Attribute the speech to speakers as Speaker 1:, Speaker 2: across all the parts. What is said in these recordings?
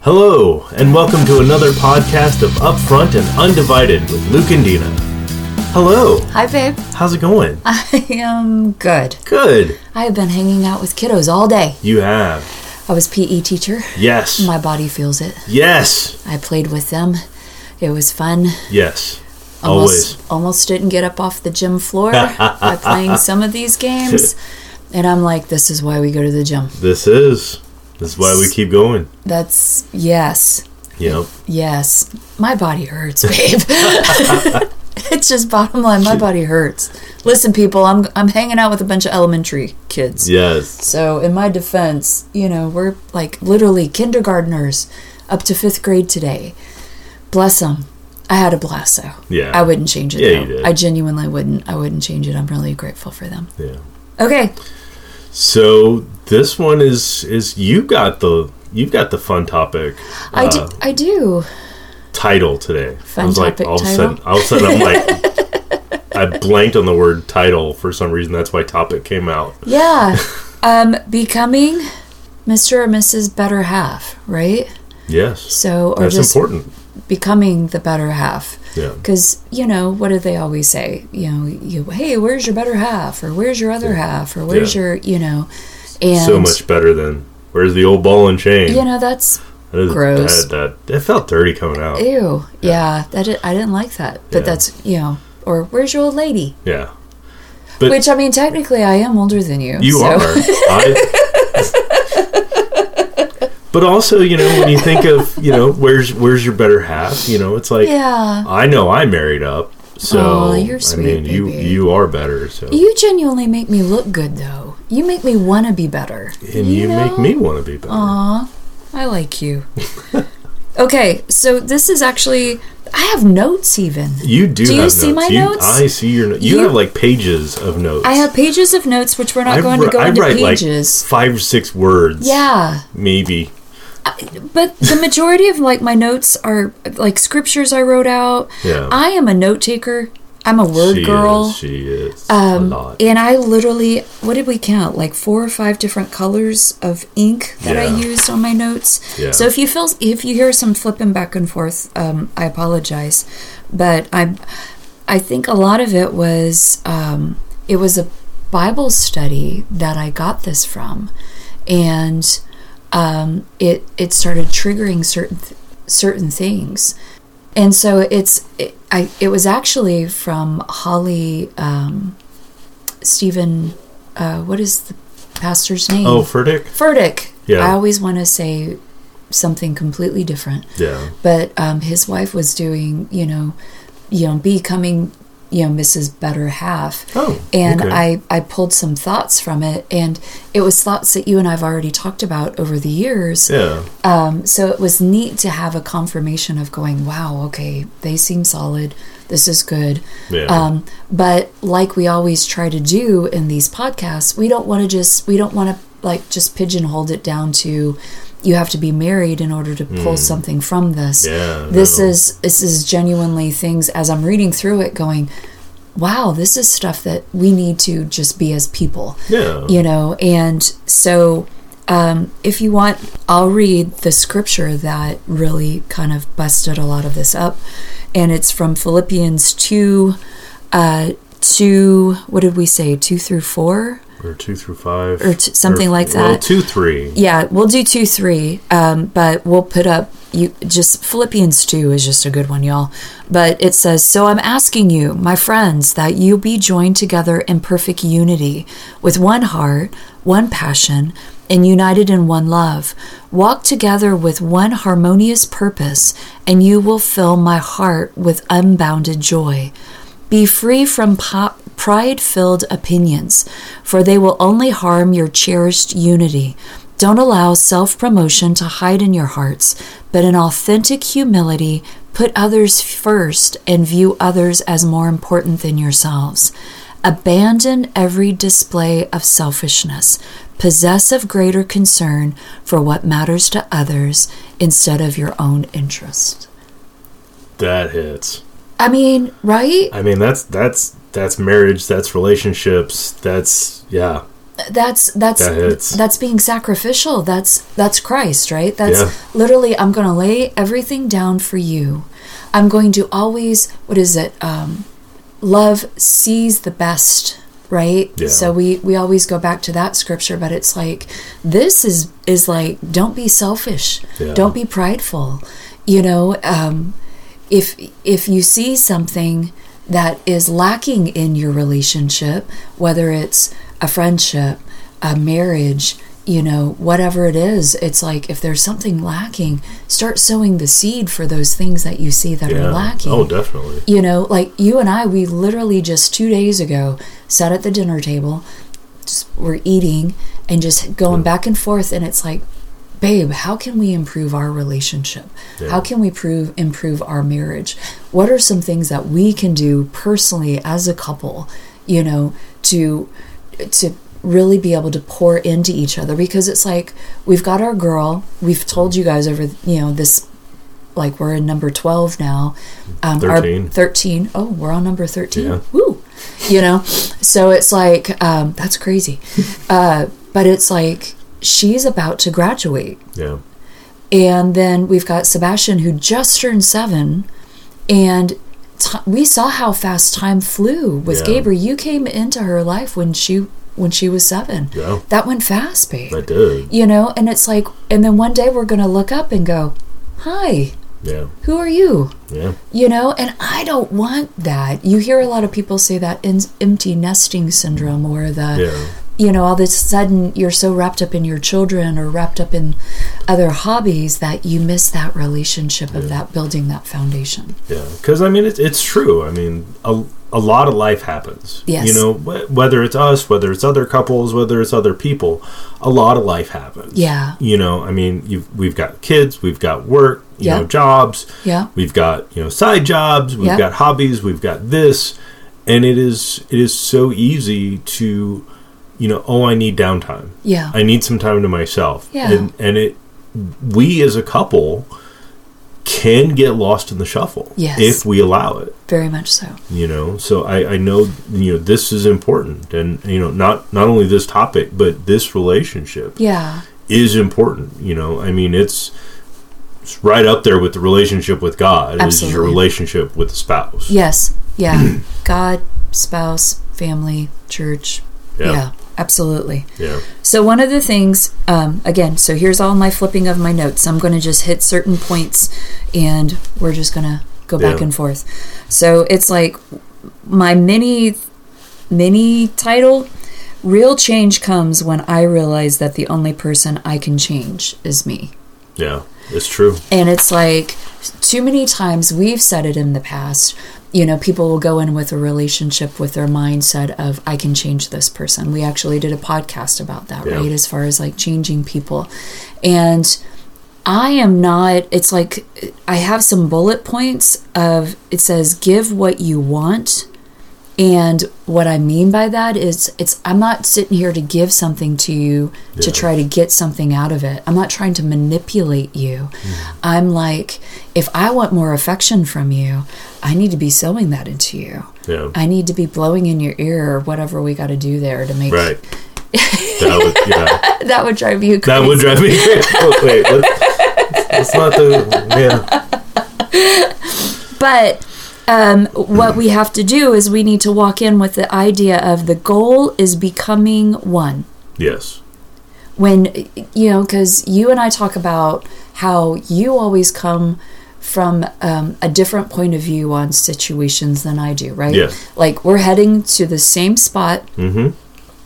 Speaker 1: Hello, and welcome to another podcast of Upfront and Undivided with Luke and Dina. Hello,
Speaker 2: Hi, babe.
Speaker 1: how's it going?
Speaker 2: I am good.
Speaker 1: Good.
Speaker 2: I have been hanging out with kiddos all day.
Speaker 1: You have.
Speaker 2: I was PE teacher.
Speaker 1: Yes.
Speaker 2: My body feels it.
Speaker 1: yes.
Speaker 2: I played with them. It was fun.
Speaker 1: Yes.
Speaker 2: Almost, almost didn't get up off the gym floor by playing some of these games. And I'm like, this is why we go to the gym.
Speaker 1: Always. This is. This is why we keep going.
Speaker 2: That's yes,
Speaker 1: Yep.
Speaker 2: yes. My body hurts, babe. it's just bottom line. My body hurts. Listen, people, I'm I'm hanging out with a bunch of elementary kids.
Speaker 1: Yes.
Speaker 2: So, in my defense, you know, we're like literally kindergartners up to fifth grade today. Bless them. I had a blast, though.
Speaker 1: Yeah.
Speaker 2: I wouldn't change it.
Speaker 1: Yeah,
Speaker 2: though.
Speaker 1: you did.
Speaker 2: I genuinely wouldn't. I wouldn't change it. I'm really grateful for them.
Speaker 1: Yeah.
Speaker 2: Okay.
Speaker 1: So this one is is you got the you've got the fun topic uh,
Speaker 2: I, do, I do.
Speaker 1: title today.
Speaker 2: Fun
Speaker 1: I was like
Speaker 2: topic
Speaker 1: all of a
Speaker 2: title?
Speaker 1: sudden all of a sudden I'm like I blanked on the word title for some reason. That's why topic came out.
Speaker 2: Yeah. um, becoming Mr. or Mrs. Better Half, right?
Speaker 1: Yes.
Speaker 2: So, or
Speaker 1: That's
Speaker 2: just
Speaker 1: important.
Speaker 2: becoming the better half.
Speaker 1: Yeah.
Speaker 2: Because, you know, what do they always say? You know, you, hey, where's your better half? Or where's your other half? Or where's
Speaker 1: Yeah.
Speaker 2: your, you know, and,
Speaker 1: so much better than where's the old ball and chain?
Speaker 2: you know, that's,
Speaker 1: that is
Speaker 2: gross.
Speaker 1: That, that, that felt dirty coming out.
Speaker 2: ew. Yeah. that i- I didn't like that. But
Speaker 1: Yeah.
Speaker 2: that's, you know, or where's your old lady?
Speaker 1: yeah. But-
Speaker 2: Which, I mean, technically, I am older than you.
Speaker 1: You
Speaker 2: so-
Speaker 1: are. I, but also, you know, when you think of, you know, where's where's your better half? You know, it's like
Speaker 2: Yeah.
Speaker 1: I know I married up. So
Speaker 2: Aw, you're sweet,
Speaker 1: I mean, you
Speaker 2: baby.
Speaker 1: you are better. So
Speaker 2: You genuinely make me look good, though. You make me want to be better.
Speaker 1: and you, make
Speaker 2: know?
Speaker 1: me want to be better.
Speaker 2: Aw, I like you. okay, so this is actually, I have notes even.
Speaker 1: you do.
Speaker 2: Do you
Speaker 1: have
Speaker 2: see my
Speaker 1: You-
Speaker 2: notes?
Speaker 1: I see your. no- You,
Speaker 2: You-
Speaker 1: have like pages of notes.
Speaker 2: I have pages of notes, which we're not
Speaker 1: I
Speaker 2: going to
Speaker 1: wri-
Speaker 2: go
Speaker 1: I
Speaker 2: into
Speaker 1: write
Speaker 2: pages.
Speaker 1: like five or six words.
Speaker 2: yeah,
Speaker 1: maybe.
Speaker 2: but the majority of like my notes are like scriptures I wrote out.
Speaker 1: Yeah.
Speaker 2: I am a note taker. I'm a word
Speaker 1: she
Speaker 2: girl.
Speaker 1: Is, she is
Speaker 2: Um,
Speaker 1: a lot.
Speaker 2: and I literally, what did we count? Like four or five different colors of ink that I
Speaker 1: Yeah.
Speaker 2: used on my notes.
Speaker 1: Yeah.
Speaker 2: So if you feel, if you hear some flipping back and forth, um, I apologize, but I, I think a lot of it was, um, it was a Bible study that I got this from, and um, it it started triggering certain th- certain things and so it's it, I it was actually from Holly um, Stephen uh, what is the pastor's name
Speaker 1: Oh, Furtick?
Speaker 2: Furtick
Speaker 1: Yeah.
Speaker 2: I always want to say something completely different
Speaker 1: Yeah.
Speaker 2: but um, his wife was doing you know you know becoming you know Mrs. Better Half
Speaker 1: Oh,
Speaker 2: and
Speaker 1: okay.
Speaker 2: I I pulled some thoughts from it and it was thoughts that you and I've already talked about over the years
Speaker 1: Yeah.
Speaker 2: um, so it was neat to have a confirmation of going, wow, okay, they seem solid. This is good.
Speaker 1: Yeah.
Speaker 2: Um, but like we always try to do in these podcasts, we don't want to just, we don't want to like just pigeonhole it down to you have to be married in order to pull something from this.
Speaker 1: Mm. Yeah,
Speaker 2: this
Speaker 1: no.
Speaker 2: is, this is genuinely things as I'm reading through it going, wow, this is stuff that we need to just be as people
Speaker 1: yeah.
Speaker 2: you know and so um, if you want i'll read the scripture that really kind of busted a lot of this up and it's from philippians 2 uh, 2 what did we say 2 through 4
Speaker 1: Or two through five.
Speaker 2: Or t- something like
Speaker 1: Well,
Speaker 2: that.
Speaker 1: two, three.
Speaker 2: yeah we'll do 2 3 um, but we'll put up you just philippians 2 is just a good one y'all but it says so i'm asking you my friends that you be joined together in perfect unity with one heart one passion and united in one love walk together with one harmonious purpose and you will fill my heart with unbounded joy be free from po- pride filled opinions, for they will only harm your cherished unity. Don't allow self promotion to hide in your hearts, but in authentic humility, put others first and view others as more important than yourselves. Abandon every display of selfishness. Possess of greater concern for what matters to others instead of your own interest.
Speaker 1: That hits.
Speaker 2: I mean, right?
Speaker 1: I mean, that's that's that's marriage. That's relationships. That's yeah.
Speaker 2: that's that's
Speaker 1: That hits.
Speaker 2: that's being sacrificial that's that's christ right that's
Speaker 1: Yeah.
Speaker 2: literally i'm going to lay everything down for you i'm going to always what is it um love sees the best right
Speaker 1: Yeah.
Speaker 2: so we we always go back to that scripture but it's like this is is like don't be selfish
Speaker 1: Yeah.
Speaker 2: don't be prideful you know um if if you see something that is lacking in your relationship whether it's a friendship a marriage you know whatever it is it's like if there's something lacking start sowing the seed for those things that you see that are
Speaker 1: Yeah.
Speaker 2: lacking
Speaker 1: Oh, definitely.
Speaker 2: you know, like you and I, we literally just two days ago sat at the dinner table, just we're eating and just going back and forth, and it's like, babe, how can we improve our relationship? How can we prove improve our marriage? What are some things that we can do personally as a couple, you know, to to really be able to pour into each other because it's like we've got our girl we've told you guys over you know this like we're in number 12 now um our-
Speaker 1: 13.
Speaker 2: 13 oh we're on number 13
Speaker 1: Yeah.
Speaker 2: woo you know so it's like um that's crazy uh but it's like she's about to graduate
Speaker 1: Yeah.
Speaker 2: and then we've got Sebastian, who just turned seven. And t- we saw how fast time flew with
Speaker 1: Yeah.
Speaker 2: Gabriel. You came into her life when she when she was seven.
Speaker 1: Yeah.
Speaker 2: That went fast, babe.
Speaker 1: I did.
Speaker 2: you know, and it's like, and then one day we're gonna look up and go, "Hi,
Speaker 1: Yeah.
Speaker 2: who are you?"
Speaker 1: Yeah.
Speaker 2: You know, and I don't want that. You hear a lot of people say that in- empty nesting syndrome or the
Speaker 1: Yeah.
Speaker 2: you know, all of a sudden you're so wrapped up in your children or wrapped up in other hobbies that you miss that relationship of that building that foundation.
Speaker 1: Yeah, because I mean, it's it's true. I mean, a, a lot of life happens.
Speaker 2: Yes.
Speaker 1: you know, wh- whether it's us, whether it's other couples, whether it's other people, a lot of life happens.
Speaker 2: Yeah.
Speaker 1: you know, I mean, you've, we've got kids, we've got work, you
Speaker 2: Yeah.
Speaker 1: know, jobs.
Speaker 2: Yeah.
Speaker 1: we've got you know side jobs, we've
Speaker 2: Yeah.
Speaker 1: got hobbies, we've got this, and it is it is so easy to, you know, oh, I need downtime.
Speaker 2: Yeah.
Speaker 1: I need some time to myself.
Speaker 2: Yeah.
Speaker 1: And and it we as a couple can get lost in the shuffle
Speaker 2: Yes.
Speaker 1: if we allow it.
Speaker 2: very much so.
Speaker 1: You know. So I, I know you know this is important and you know, not not only this topic, but this relationship
Speaker 2: Yeah.
Speaker 1: is important. You know, I mean it's it's right up there with the relationship with God is your
Speaker 2: Absolutely.
Speaker 1: relationship with the spouse.
Speaker 2: Yes. Yeah. God, spouse, family, church.
Speaker 1: Yeah.
Speaker 2: yeah absolutely.
Speaker 1: Yeah.
Speaker 2: So one of the things, um, again, so here's all my flipping of my notes. I'm going to just hit certain points, and we're just going to go back
Speaker 1: Yeah.
Speaker 2: and forth. So it's like my mini, mini title. Real change comes when I realize that the only person I can change is me.
Speaker 1: Yeah. It's true.
Speaker 2: And it's like too many times we've said it in the past. You know, people will go in with a relationship with their mindset of, I can change this person. We actually did a podcast about that,
Speaker 1: Yeah.
Speaker 2: right? As far as like changing people. And I am not, it's like I have some bullet points of it says, give what you want. And what I mean by that is, it's I'm not sitting here to give something to you to
Speaker 1: Yeah.
Speaker 2: try to get something out of it. I'm not trying to manipulate you. I'm like, if I want more affection from you, I need to be sowing that into you.
Speaker 1: Yeah.
Speaker 2: I need to be blowing in your ear or whatever we got to do there to make
Speaker 1: right. that would yeah.
Speaker 2: that would drive you crazy.
Speaker 1: That would drive me. Oh, Wait, let's, let's not do. Yeah,
Speaker 2: But um, what we have to do is we need to walk in with the idea of the goal is becoming one.
Speaker 1: yes,
Speaker 2: When, you know, because you and I talk about how you always come from um, a different point of view on situations than I do, right?
Speaker 1: Yes.
Speaker 2: Like we're heading to the same spot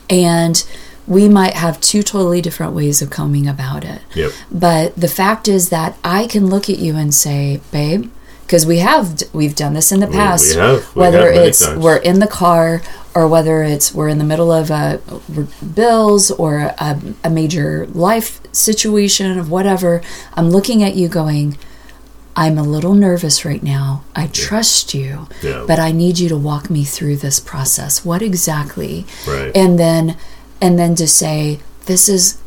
Speaker 2: and we might have two totally different ways of coming about it.
Speaker 1: yep,
Speaker 2: But the fact is that I can look at you and say, babe, because we have d- we've done this in the past.
Speaker 1: have. We
Speaker 2: whether
Speaker 1: have many
Speaker 2: it's
Speaker 1: times.
Speaker 2: we're in the car or whether it's we're in the middle of a we're- bills or a, a major life situation of whatever, I'm looking at you going, I'm a little nervous right now. I trust you,
Speaker 1: Yeah.
Speaker 2: but I need you to walk me through this process. What exactly?
Speaker 1: Right.
Speaker 2: And then and then to say this is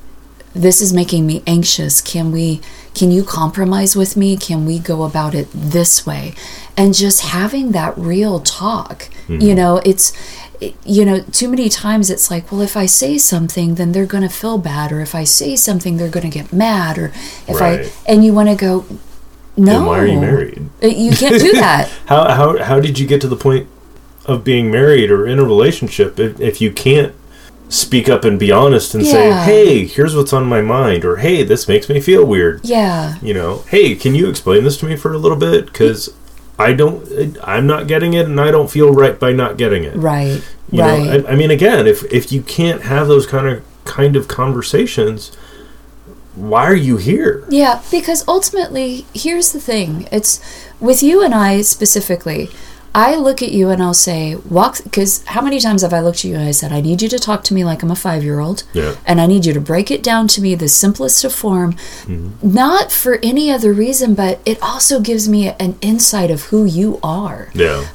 Speaker 2: this is making me anxious. Can we can you compromise with me? Can we go about
Speaker 1: Mm-hmm.
Speaker 2: it this way? And just having that real talk. You know, it's you know, too many times it's like, well, if I say something, then they're going to feel bad, or if I say something, they're going to get mad, or if
Speaker 1: Right.
Speaker 2: I and you want to go, no,
Speaker 1: Then why are you married?
Speaker 2: Uh, You can't do that.
Speaker 1: How, how, how did you get to the point of being married or in a relationship if, if you can't speak up and be honest and
Speaker 2: Yeah.
Speaker 1: say, hey, here's what's on my mind, or hey, this makes me feel weird?
Speaker 2: yeah,
Speaker 1: You know, hey, can you explain this to me for a little bit? Because I don't, I'm not getting it and I don't feel right by not getting it.
Speaker 2: right,
Speaker 1: You
Speaker 2: right.
Speaker 1: know, I, I mean, again, if if you can't have those kind of kind of conversations, why are you here?
Speaker 2: Yeah, because ultimately, here's the thing. It's with you and I specifically. I look at you and I'll say, walk, because how many times have I looked at you and I said, I need you to talk to me like I'm a five year old.
Speaker 1: Yeah.
Speaker 2: And I need you to break it down to me the simplest of form, not for any other reason, but it also gives me an insight of who you are.
Speaker 1: Yeah,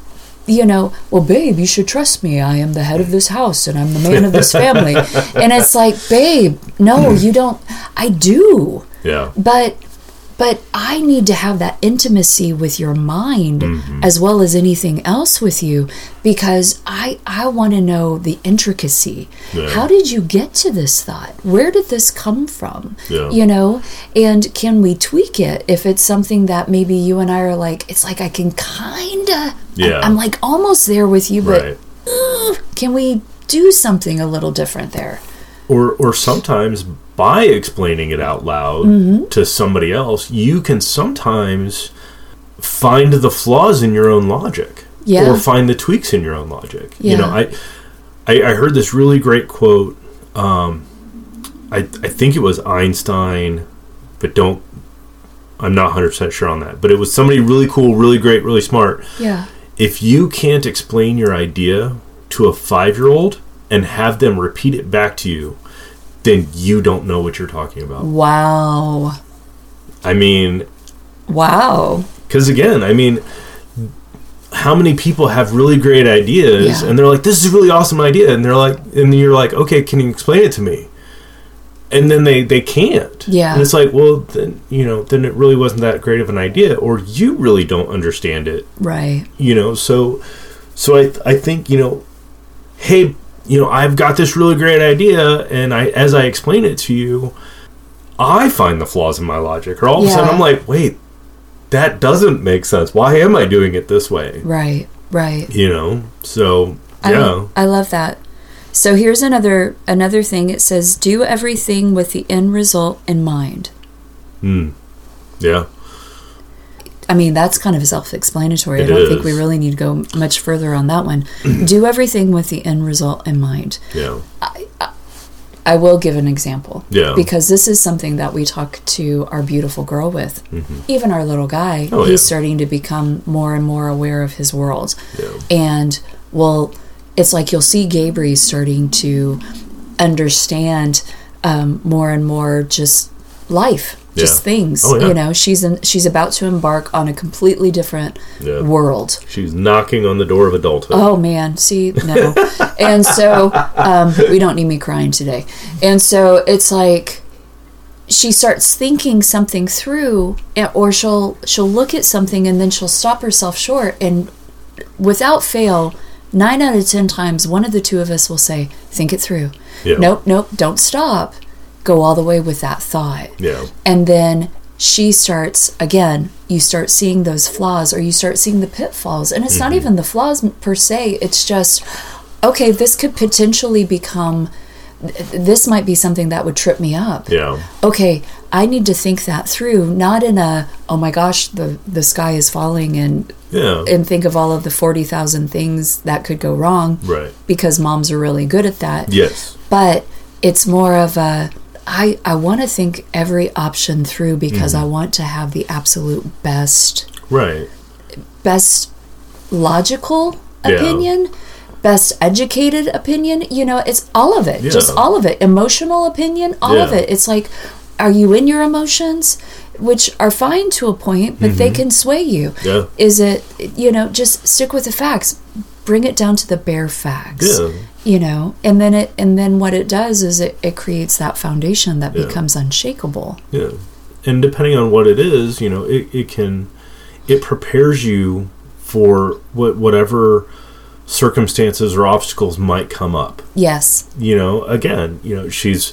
Speaker 2: You know, well, babe, you should trust me. I am the head of this house and I'm the man of this family. and it's like, babe, no, you don't. I do
Speaker 1: yeah,
Speaker 2: but but i need to have that intimacy with your mind
Speaker 1: Mm-hmm.
Speaker 2: as well as anything else with you because i i want to know the intricacy
Speaker 1: Yeah.
Speaker 2: how did you get to this thought where did this come from
Speaker 1: Yeah.
Speaker 2: you know and can we tweak it if it's something that maybe you and i are like it's like i can kinda
Speaker 1: Yeah.
Speaker 2: i'm like almost there with you but
Speaker 1: right.
Speaker 2: ugh, can we do something a little different there
Speaker 1: Or or sometimes by explaining it out loud
Speaker 2: Mm-hmm.
Speaker 1: to somebody else, you can sometimes find the flaws in your own logic,
Speaker 2: Yeah.
Speaker 1: or find the tweaks in your own logic. You know,
Speaker 2: Yeah.
Speaker 1: I, I I heard this really great quote. Um, I I think it was Einstein, but don't. I'm not 100% sure on that, but it was somebody really cool, really great, really smart.
Speaker 2: yeah
Speaker 1: If you can't explain your idea to a five year old and have them repeat it back to you, then you don't know what you're talking about.
Speaker 2: wow
Speaker 1: I mean,
Speaker 2: wow
Speaker 1: because again, I mean, how many people have really great ideas
Speaker 2: Yeah.
Speaker 1: and they're like, this is a really awesome idea. And they're like, and you're like, okay, can you explain it to me? And then they, they can't.
Speaker 2: Yeah.
Speaker 1: And it's like, well, then, you know, then it really wasn't that great of an idea, or you really don't understand it.
Speaker 2: right
Speaker 1: you know so so i i think you know hey you know i've got this really great idea and i as i explain it to you i find the flaws in my logic or all of a sudden
Speaker 2: Yeah.
Speaker 1: i'm like wait that doesn't make sense why am i doing it this way
Speaker 2: Right, right.
Speaker 1: you know so
Speaker 2: I,
Speaker 1: yeah
Speaker 2: I love that. So here's another another thing. It says do everything with the end result in mind.
Speaker 1: yeah
Speaker 2: I mean, that's kind of self-explanatory. I
Speaker 1: It
Speaker 2: don't think
Speaker 1: is.
Speaker 2: we really need to go much further on that one. do everything with the end result in mind.
Speaker 1: yeah
Speaker 2: I will give an example.
Speaker 1: Yeah.
Speaker 2: Because this is something that we talk to our beautiful girl with. Even our little guy,
Speaker 1: Mm-hmm. Oh,
Speaker 2: he's
Speaker 1: yeah.
Speaker 2: starting to become more and more aware of his world.
Speaker 1: Yeah.
Speaker 2: And well, it's like you'll see Gabriel starting to understand um, more and more just life, just
Speaker 1: Yeah.
Speaker 2: things.
Speaker 1: Oh, yeah.
Speaker 2: You know, she's in, she's about to embark on a completely different
Speaker 1: Yeah.
Speaker 2: world.
Speaker 1: she's knocking on the door of adulthood
Speaker 2: Oh man, see, no. and so um, we don't need me crying today. And so it's like she starts thinking something through, and- or she'll she'll look at something and then she'll stop herself short, and without fail, nine out of ten times, one of the two of us will say, "Think it through."
Speaker 1: Yeah.
Speaker 2: Nope, nope, don't stop. Go all the way with that thought
Speaker 1: yeah
Speaker 2: and then she starts again you start seeing those flaws or you start seeing the pitfalls and it's not
Speaker 1: Mm-hmm.
Speaker 2: even the flaws per se it's just okay this could potentially become th- this might be something that would trip me up
Speaker 1: yeah
Speaker 2: okay i need to think that through not in a oh my gosh the the sky is falling and
Speaker 1: yeah
Speaker 2: and think of all of the 40,000 things that could go wrong
Speaker 1: right
Speaker 2: because moms are really good at that
Speaker 1: yes
Speaker 2: but it's more of a I I want to think every option through because I want to have the absolute best
Speaker 1: right
Speaker 2: best logical
Speaker 1: Yeah.
Speaker 2: opinion, best educated opinion, you know, it's all of it. Just
Speaker 1: Yeah.
Speaker 2: all of it. Emotional opinion, all of
Speaker 1: Yeah.
Speaker 2: it. It's like are you in your emotions which are fine to a point but they can sway you.
Speaker 1: Mm-hmm. Yeah.
Speaker 2: Is it you know, just stick with the facts. Bring it down to the bare facts
Speaker 1: yeah
Speaker 2: you know and then it and then what it does is it, it creates that foundation that
Speaker 1: Yeah.
Speaker 2: becomes unshakable
Speaker 1: Yeah. And depending on what it is, you know, it, it can it prepares you for what whatever circumstances or obstacles might come up.
Speaker 2: Yes.
Speaker 1: You know, again, you know, she's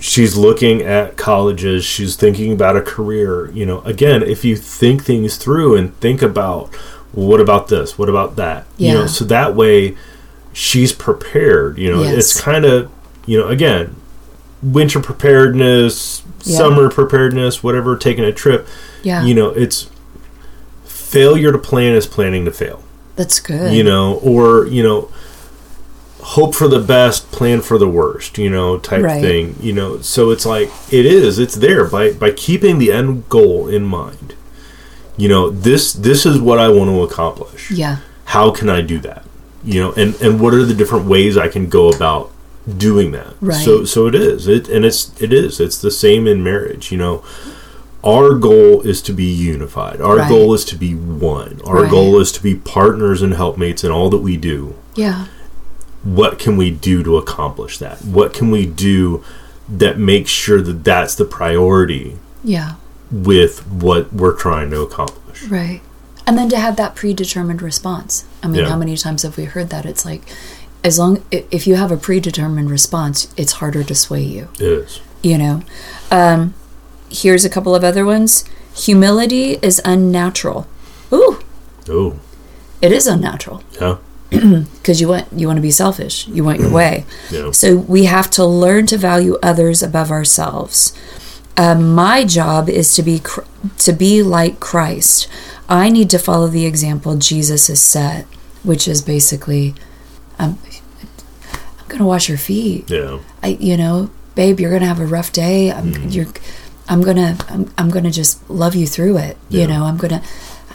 Speaker 1: she's looking at colleges, she's thinking about a career, you know. Again, if you think things through and think about well, what about this? What about that? You know,
Speaker 2: Yeah.
Speaker 1: so that way she's prepared, you know.
Speaker 2: Yes.
Speaker 1: It's kind of, you know, again, winter preparedness,
Speaker 2: Yeah.
Speaker 1: summer preparedness, whatever, taking a trip,
Speaker 2: Yeah.
Speaker 1: you know, it's failure to plan is planning to fail
Speaker 2: That's good.
Speaker 1: you know, or you know, hope for the best, plan for the worst, you know, type
Speaker 2: Right.
Speaker 1: thing. You know, so it's like it is, it's there by by keeping the end goal in mind. You know, this this is what I want to accomplish.
Speaker 2: Yeah.
Speaker 1: How can I do that? You know, and and what are the different ways I can go about doing that?
Speaker 2: Right.
Speaker 1: So so it is. It and it's it is. It's the same in marriage, you know. Our goal is to be unified. Our
Speaker 2: Right.
Speaker 1: goal is to be one. Our
Speaker 2: Right.
Speaker 1: goal is to be partners and helpmates in all that we do.
Speaker 2: Yeah.
Speaker 1: What can we do to accomplish that? What can we do that makes sure that that's the priority
Speaker 2: Yeah.
Speaker 1: with what we're trying to accomplish?
Speaker 2: Right. And then to have that predetermined response. I mean,
Speaker 1: Yeah.
Speaker 2: how many times have we heard that? It's like, as long i- if you have a predetermined response, it's harder to sway you.
Speaker 1: It is.
Speaker 2: You know. Um, here's a couple of other ones. Humility is unnatural. Ooh,
Speaker 1: Oh,
Speaker 2: it is unnatural
Speaker 1: yeah.
Speaker 2: because you want you want to be selfish. You want your way.
Speaker 1: Yeah.
Speaker 2: So we have to learn to value others above ourselves. Uh, my job is to be cr- to be like Christ. I need to follow the example Jesus has set, which is basically, um, I'm going to wash your feet.
Speaker 1: Yeah.
Speaker 2: I, you know, babe, you're gonna have a rough day. I'm, you're, I'm gonna, I'm, I'm gonna just love you through it.
Speaker 1: Yeah.
Speaker 2: You know, I'm gonna,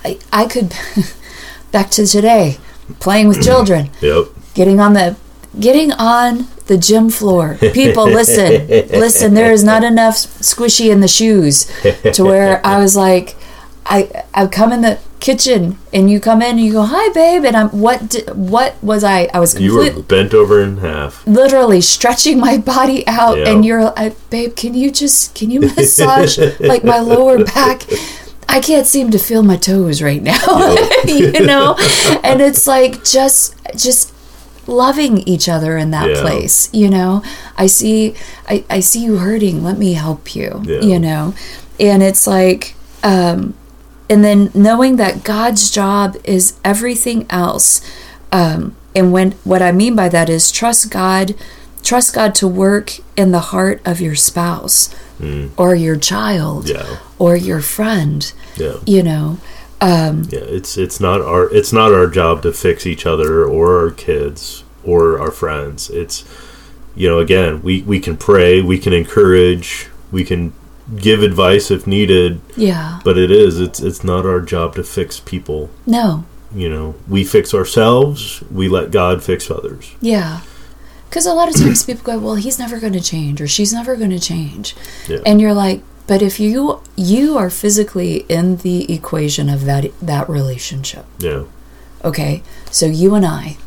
Speaker 2: I, I could, back to today, playing with children,
Speaker 1: Yep.
Speaker 2: getting on the, getting on the gym floor. People, listen, listen. There is not enough squishy in the shoes to where I was like, I, I come in the kitchen and you come in and you go, hi, babe, and I'm what, di- what was I? I was
Speaker 1: You
Speaker 2: completely
Speaker 1: were bent over in half.
Speaker 2: literally stretching my body out
Speaker 1: Yeah.
Speaker 2: and you're I, babe can you just can you massage like my lower back i can't seem to feel my toes right now you know and it's like just just loving each other in that
Speaker 1: Yeah.
Speaker 2: place you know i see I, I see you hurting let me help you
Speaker 1: Yeah.
Speaker 2: you know and it's like um and then knowing that god's job is everything else um, and when what I mean by that is trust God, trust God to work in the heart of your spouse or your child
Speaker 1: Mm. Yeah.
Speaker 2: or your friend.
Speaker 1: Yeah.
Speaker 2: You know,
Speaker 1: Yeah, it's it's not our it's not our job to fix each other or our kids or our friends. It's you know, again, we, we can pray, we can encourage, we can give advice if needed,
Speaker 2: yeah,
Speaker 1: but it is it's it's not our job to fix people.
Speaker 2: no,
Speaker 1: You know, we fix ourselves, we let God fix others.
Speaker 2: yeah. Because a lot of times people go, "Well, he's never going to change, or she's never going to change,"
Speaker 1: Yeah.
Speaker 2: and you're like, "But if you you are physically in the equation of that that relationship,
Speaker 1: Yeah.
Speaker 2: okay, so you and I,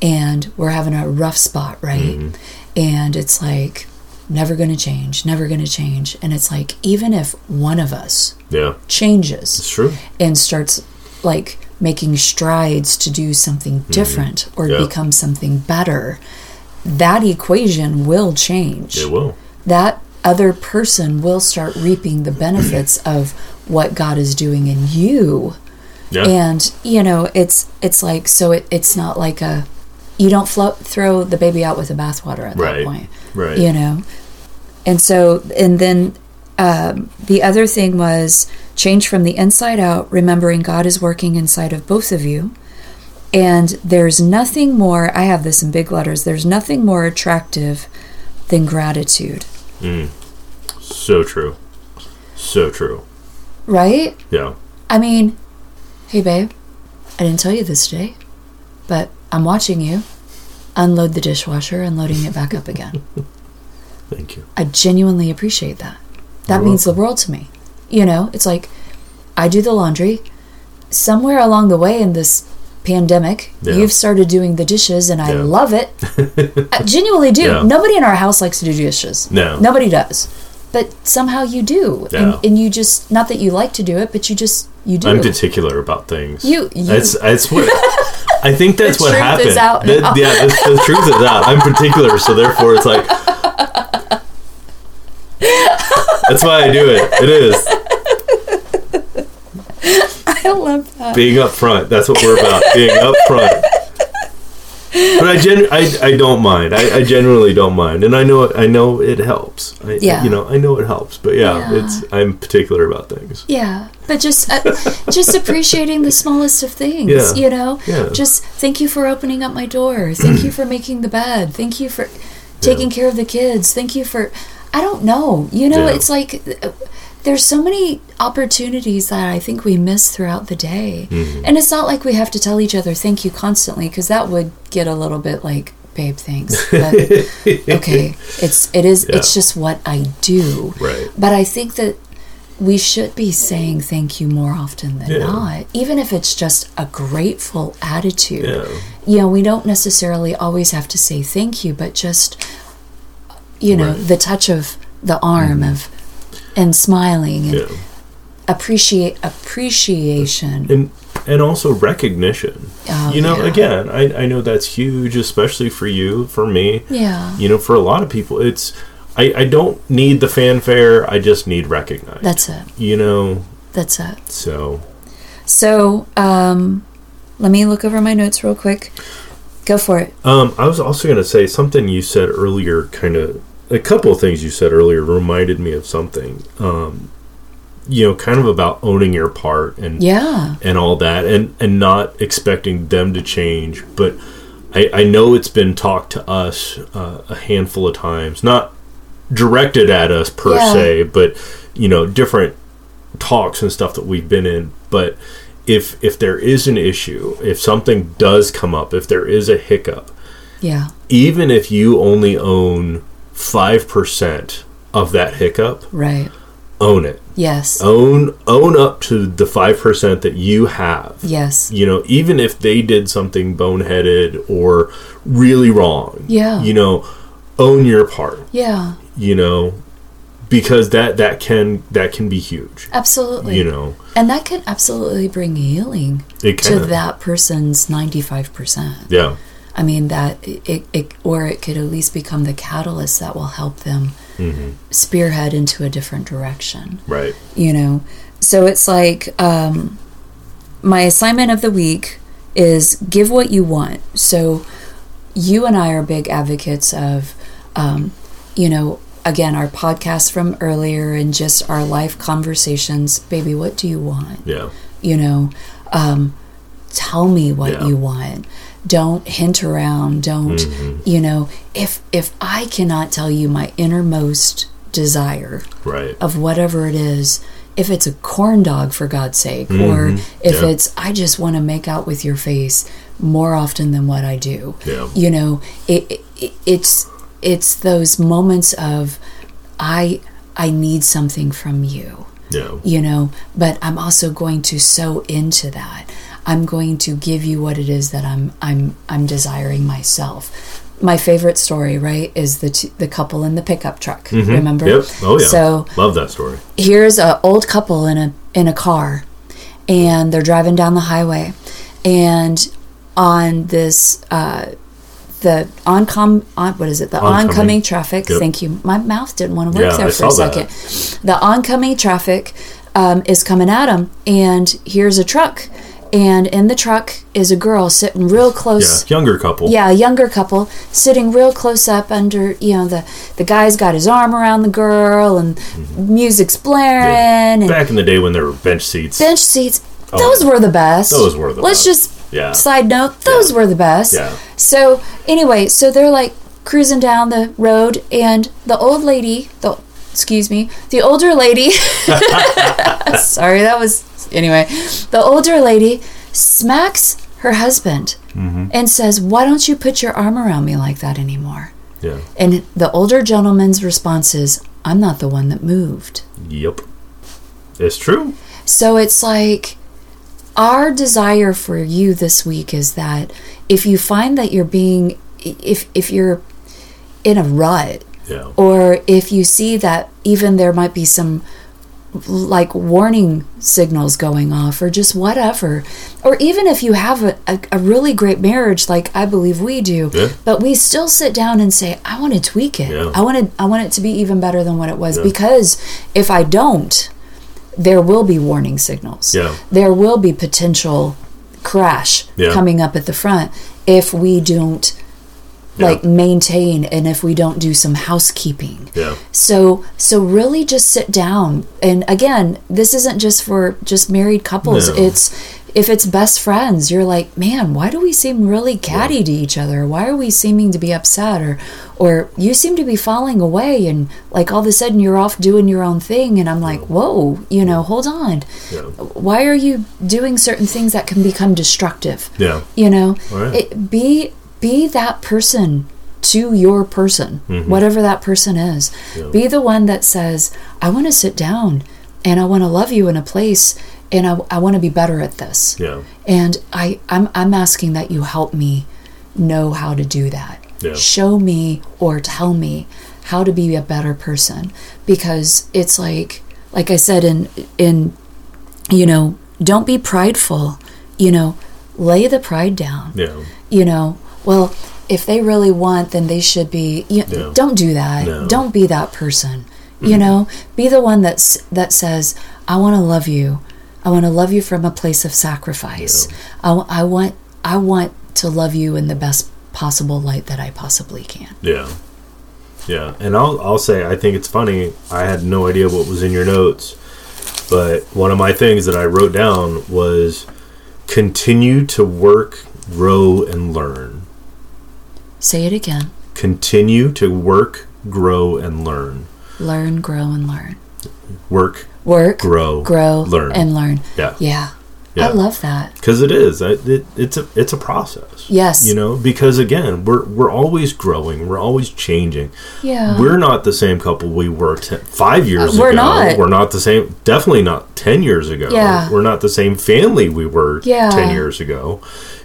Speaker 2: and we're having a rough spot, right?
Speaker 1: Mm-hmm.
Speaker 2: And it's like, never going to change, never going to change. And it's like, even if one of us
Speaker 1: Yeah.
Speaker 2: changes
Speaker 1: It's true.
Speaker 2: and starts like making strides to do something different or
Speaker 1: Mm-hmm. Yeah.
Speaker 2: become something better, that equation will change
Speaker 1: It will.
Speaker 2: that other person will start reaping the benefits of what God is doing in you.
Speaker 1: Yeah.
Speaker 2: And you know, it's it's like so it, it's not like a you don't flo- throw the baby out with the bathwater at
Speaker 1: Right.
Speaker 2: that point,
Speaker 1: Right.
Speaker 2: you know. And so and then um, the other thing was change from the inside out, remembering God is working inside of both of you. And there's nothing more, I have this in big letters, there's nothing more attractive than gratitude.
Speaker 1: So true. So true.
Speaker 2: Right?
Speaker 1: Yeah.
Speaker 2: I mean, hey, babe, I didn't tell you this today, but I'm watching you unload the dishwasher and loading it back up again.
Speaker 1: Thank you.
Speaker 2: I genuinely appreciate that. That
Speaker 1: You're
Speaker 2: means the world to me. You know, it's like I do the laundry. Somewhere along the way in this pandemic,
Speaker 1: Yeah.
Speaker 2: you've started doing the dishes, and I
Speaker 1: Yeah.
Speaker 2: love it. I genuinely do.
Speaker 1: Yeah.
Speaker 2: Nobody in our house likes to do dishes.
Speaker 1: No.
Speaker 2: Nobody does. But somehow you do.
Speaker 1: Yeah.
Speaker 2: And, and you just, not that you like to do it, but you just, you do.
Speaker 1: I'm particular about things.
Speaker 2: You- you-
Speaker 1: It's it's what I think that's
Speaker 2: The
Speaker 1: what
Speaker 2: truth
Speaker 1: happened.
Speaker 2: is out
Speaker 1: The-
Speaker 2: now.
Speaker 1: yeah, the, the truth is out. I'm particular, so therefore it's like. That's why I do it. It is
Speaker 2: I love that.
Speaker 1: being upfront. That's what we're about. Being upfront. But I gen I, I don't mind. I, I generally don't mind, and I know I know it helps. I,
Speaker 2: Yeah.
Speaker 1: you know I know it helps. But yeah,
Speaker 2: Yeah.
Speaker 1: it's I'm particular about things.
Speaker 2: Yeah, but just uh, just appreciating the smallest of things,
Speaker 1: Yeah.
Speaker 2: you know.
Speaker 1: Yeah.
Speaker 2: Just thank you for opening up my door. Thank you for making the bed. Thank you for taking care of the kids. Thank you for I don't know. You know,
Speaker 1: Yeah.
Speaker 2: it's like uh, there's so many opportunities that I think we miss throughout the day.
Speaker 1: Mm-hmm.
Speaker 2: And it's not like we have to tell each other thank you constantly because that would get a little bit like babe thanks. But okay, it's it is
Speaker 1: Yeah.
Speaker 2: it's just what I do.
Speaker 1: Right.
Speaker 2: But I think that we should be saying thank you more often than
Speaker 1: Yeah.
Speaker 2: not, even if it's just a grateful attitude.
Speaker 1: Yeah.
Speaker 2: You know, we don't necessarily always have to say thank you, but just, you know,
Speaker 1: Right. Mm-hmm.
Speaker 2: the touch of the arm of and smiling and
Speaker 1: Yeah.
Speaker 2: appreciate appreciation.
Speaker 1: and and also recognition.
Speaker 2: Oh,
Speaker 1: you know,
Speaker 2: yeah.
Speaker 1: again, I, I know that's huge, especially for you, for me.
Speaker 2: Yeah.
Speaker 1: You know, for a lot of people, it's I, I don't need the fanfare. I just need recognized.
Speaker 2: That's it.
Speaker 1: you know,
Speaker 2: That's it.
Speaker 1: so
Speaker 2: So, um, let me look over my notes real quick. Go for it.
Speaker 1: um, I was also going to say something you said earlier. Kind of a couple of things you said earlier reminded me of something. Um, you know, kind of about owning your part and
Speaker 2: Yeah.
Speaker 1: and all that and and not expecting them to change but i i know it's been talked to us uh, a handful of times not directed at us per
Speaker 2: Yeah.
Speaker 1: se but you know different talks and stuff that we've been in but if if there is an issue if something does come up if there is a hiccup
Speaker 2: Yeah.
Speaker 1: even if you only own 5% of that hiccup
Speaker 2: Right.
Speaker 1: own it
Speaker 2: Yes.
Speaker 1: Oh. own own up to the 5% that you have
Speaker 2: Yes.
Speaker 1: you know even if they did something boneheaded or really wrong
Speaker 2: Yeah.
Speaker 1: you know own your part
Speaker 2: Yeah.
Speaker 1: you know because that that can that can be huge
Speaker 2: Absolutely.
Speaker 1: you know
Speaker 2: And that could absolutely bring healing
Speaker 1: it
Speaker 2: to
Speaker 1: can
Speaker 2: that person's 95%.
Speaker 1: yeah
Speaker 2: I mean, that it, it, or it could at least become the catalyst that will help them
Speaker 1: Mm-hmm.
Speaker 2: spearhead into a different direction,
Speaker 1: right
Speaker 2: you know? So it's like, um, my assignment of the week is give what you want. So you and I are big advocates of, um, you know, again, our podcast from earlier and just our life conversations. Baby, what do you want?
Speaker 1: yeah
Speaker 2: you know um, tell me what
Speaker 1: Yeah.
Speaker 2: you want don't hint around don't you know if if i cannot tell you my innermost desire
Speaker 1: right
Speaker 2: of whatever it is if it's a corn dog for god's sake or if
Speaker 1: Mm-hmm. Yeah.
Speaker 2: it's i just want to make out with your face more often than what i do
Speaker 1: Yeah.
Speaker 2: you know it, it it's it's those moments of i i need something from you
Speaker 1: yeah
Speaker 2: you know, but I'm also going to sew into that. I'm going to give you what it is that I'm I'm I'm desiring myself. My favorite story, right, is the t- the couple in the pickup truck. Remember?
Speaker 1: yep oh yeah
Speaker 2: So
Speaker 1: love that story
Speaker 2: here's a old couple in a in a car, and they're driving down the highway, and on this uh, the oncom on what is it the
Speaker 1: Oncoming.
Speaker 2: oncoming, traffic.
Speaker 1: Yep.
Speaker 2: Thank you. My mouth didn't want to work
Speaker 1: Yeah,
Speaker 2: there
Speaker 1: I
Speaker 2: for a
Speaker 1: saw that.
Speaker 2: second the oncoming traffic um, is coming at him, and here's a truck, and in the truck is a girl sitting real
Speaker 1: yeah
Speaker 2: close. Yeah.
Speaker 1: younger couple
Speaker 2: a younger couple sitting real close up under, you know, the the guy's got his arm around the girl, and music's blaring, and
Speaker 1: back in the day when there were bench seats
Speaker 2: bench seats. Those were the best.
Speaker 1: Oh. Those were the best.
Speaker 2: Let's just
Speaker 1: Yeah.
Speaker 2: side note, those
Speaker 1: Yeah.
Speaker 2: were the best.
Speaker 1: Yeah.
Speaker 2: So anyway, so they're like cruising down the road and the old lady, the excuse me, the older lady Sorry, that was anyway. The older lady smacks her husband
Speaker 1: Mm-hmm.
Speaker 2: and says, "Why don't you put your arm around me like that anymore?"
Speaker 1: yeah
Speaker 2: And the older gentleman's response is, "I'm not the one that moved."
Speaker 1: yep it's true
Speaker 2: So it's like our desire for you this week is that if you find that you're being if if you're in a rut
Speaker 1: yeah
Speaker 2: Oh, or if you see that even there might be some like warning signals going off or just whatever. Or even if you have a, a, a really great marriage like I believe we do,
Speaker 1: Yeah.
Speaker 2: but we still sit down and say, I want to tweak it.
Speaker 1: Yeah.
Speaker 2: I want to I want it to be even better than what it was because if I don't, there will be warning signals.
Speaker 1: Yeah.
Speaker 2: There will be potential crash
Speaker 1: Yeah.
Speaker 2: coming up at the front if we don't
Speaker 1: Yeah.
Speaker 2: like maintain and if we don't do some housekeeping.
Speaker 1: Yeah.
Speaker 2: So so really just sit down and again, this isn't just for just married couples.
Speaker 1: No.
Speaker 2: It's if it's best friends, you're like, man, why do we seem really catty to each other? Why are we seeming to be upset or or you seem to be falling away and like all of a sudden you're off doing your own thing and I'm like, whoa, you know, hold on.
Speaker 1: Yeah.
Speaker 2: Why are you doing certain things that can become destructive?
Speaker 1: Yeah.
Speaker 2: you know
Speaker 1: Right.
Speaker 2: it, be be that person to your person
Speaker 1: Mm-hmm.
Speaker 2: whatever that person is be the one that says i want to sit down and i want to love you in a place and i, I want to be better at this
Speaker 1: Yeah.
Speaker 2: and I, I'm, I'm asking that you help me know how to do that.
Speaker 1: Yeah.
Speaker 2: Show me or tell me how to be a better person. Because it's like, like I said, in, in, you know, don't be prideful, you know, lay the pride down
Speaker 1: Yeah.
Speaker 2: you know, well, if they really want, then they should be. You,
Speaker 1: No.
Speaker 2: Don't do that.
Speaker 1: No. Mm-hmm.
Speaker 2: Don't be that person. You know, be the one that's that says, "I want to love you. I want to love you from a place of sacrifice. I w I I want I want to love you in the best possible light that I possibly can."
Speaker 1: Yeah. Yeah. And I'll I'll say I think it's funny. I had no idea what was in your notes. But one of my things that I wrote down was continue to work, grow and learn.
Speaker 2: Say it again.
Speaker 1: Continue to work, grow and learn.
Speaker 2: Learn, grow, and learn.
Speaker 1: Work,
Speaker 2: Work,
Speaker 1: grow,
Speaker 2: grow,
Speaker 1: learn.
Speaker 2: and learn.
Speaker 1: Yeah.
Speaker 2: Yeah.
Speaker 1: Yeah.
Speaker 2: I love that.
Speaker 1: because it is I- it, it's a it's a process
Speaker 2: Yes.
Speaker 1: you know because again we're we're always growing we're always changing
Speaker 2: Yeah.
Speaker 1: we're not the same couple we were ten, five years
Speaker 2: Uh, we're
Speaker 1: ago
Speaker 2: not.
Speaker 1: we're not the same definitely not 10 years ago
Speaker 2: Yeah.
Speaker 1: we're not the same family we were
Speaker 2: Yeah.
Speaker 1: 10 years ago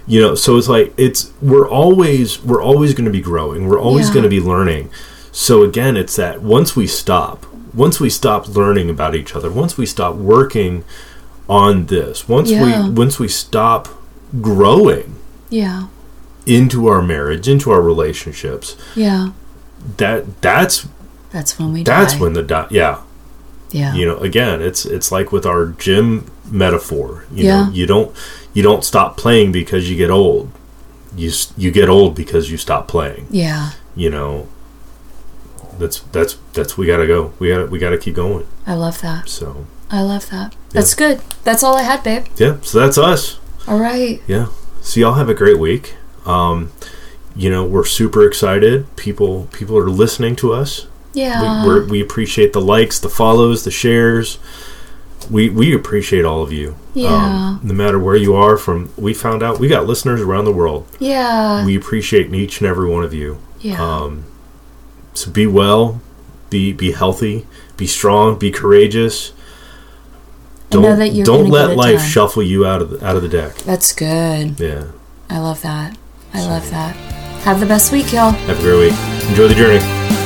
Speaker 1: you know so it's like it's we're always we're always going to be growing we're always
Speaker 2: Yeah.
Speaker 1: going to be learning so again it's that once we stop once we stop learning about each other once we stop working on this once
Speaker 2: Yeah.
Speaker 1: we once we stop growing
Speaker 2: yeah.
Speaker 1: into our marriage into our relationships
Speaker 2: Yeah.
Speaker 1: that that's
Speaker 2: That's when we
Speaker 1: that's
Speaker 2: die.
Speaker 1: when the di- yeah
Speaker 2: yeah.
Speaker 1: you know again it's it's like with our gym metaphor you
Speaker 2: Yeah.
Speaker 1: know you don't you don't stop playing because you get old you s- you get old because you stop playing
Speaker 2: yeah.
Speaker 1: you know that's that's that's we gotta go we gotta we gotta keep going
Speaker 2: I love that.
Speaker 1: so
Speaker 2: I love that. That's good. That's all I had, babe.
Speaker 1: yeah so that's us
Speaker 2: All right.
Speaker 1: yeah so y'all have a great week um you know we're super excited people people are listening to us
Speaker 2: Yeah.
Speaker 1: we, we're, we appreciate the likes, the follows, the shares. We we appreciate all of you. Um,
Speaker 2: Yeah.
Speaker 1: no matter where you are from, we found out we got listeners around the world.
Speaker 2: yeah.
Speaker 1: We appreciate each and every one of you.
Speaker 2: yeah.
Speaker 1: Um, so be well, be be healthy, be strong, be courageous.
Speaker 2: I know
Speaker 1: Don't
Speaker 2: that you're
Speaker 1: don't
Speaker 2: gonna give
Speaker 1: let
Speaker 2: it
Speaker 1: life
Speaker 2: time.
Speaker 1: shuffle you out of the, out of the deck.
Speaker 2: That's good.
Speaker 1: Yeah.
Speaker 2: I love that. I love that. Have the best week, y'all.
Speaker 1: Have a great week. Enjoy the journey.